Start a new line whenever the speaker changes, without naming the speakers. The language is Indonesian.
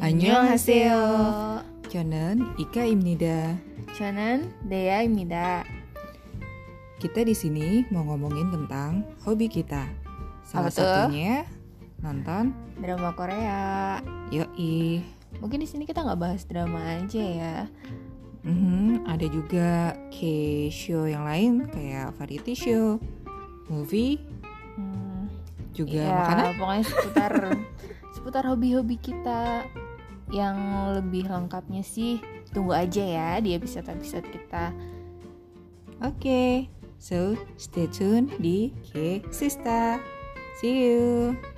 안녕하세요. 저는 이카입니다.
저는 데야입니다.
Kita di sini mau ngomongin tentang hobi kita. Salah
Apa tuh?
satunya nonton
Drama Korea.
yoi.
Mungkin di sini kita nggak bahas drama aja ya.
Mhm, ada juga K-show yang lain kayak variety show, movie,
Hmm,
juga
ya,
makanan.
pokoknya seputar seputar hobi-hobi kita yang lebih lengkapnya sih tunggu aja ya di episode-episode kita.
Oke. So, stay tune di K-Sista. See you.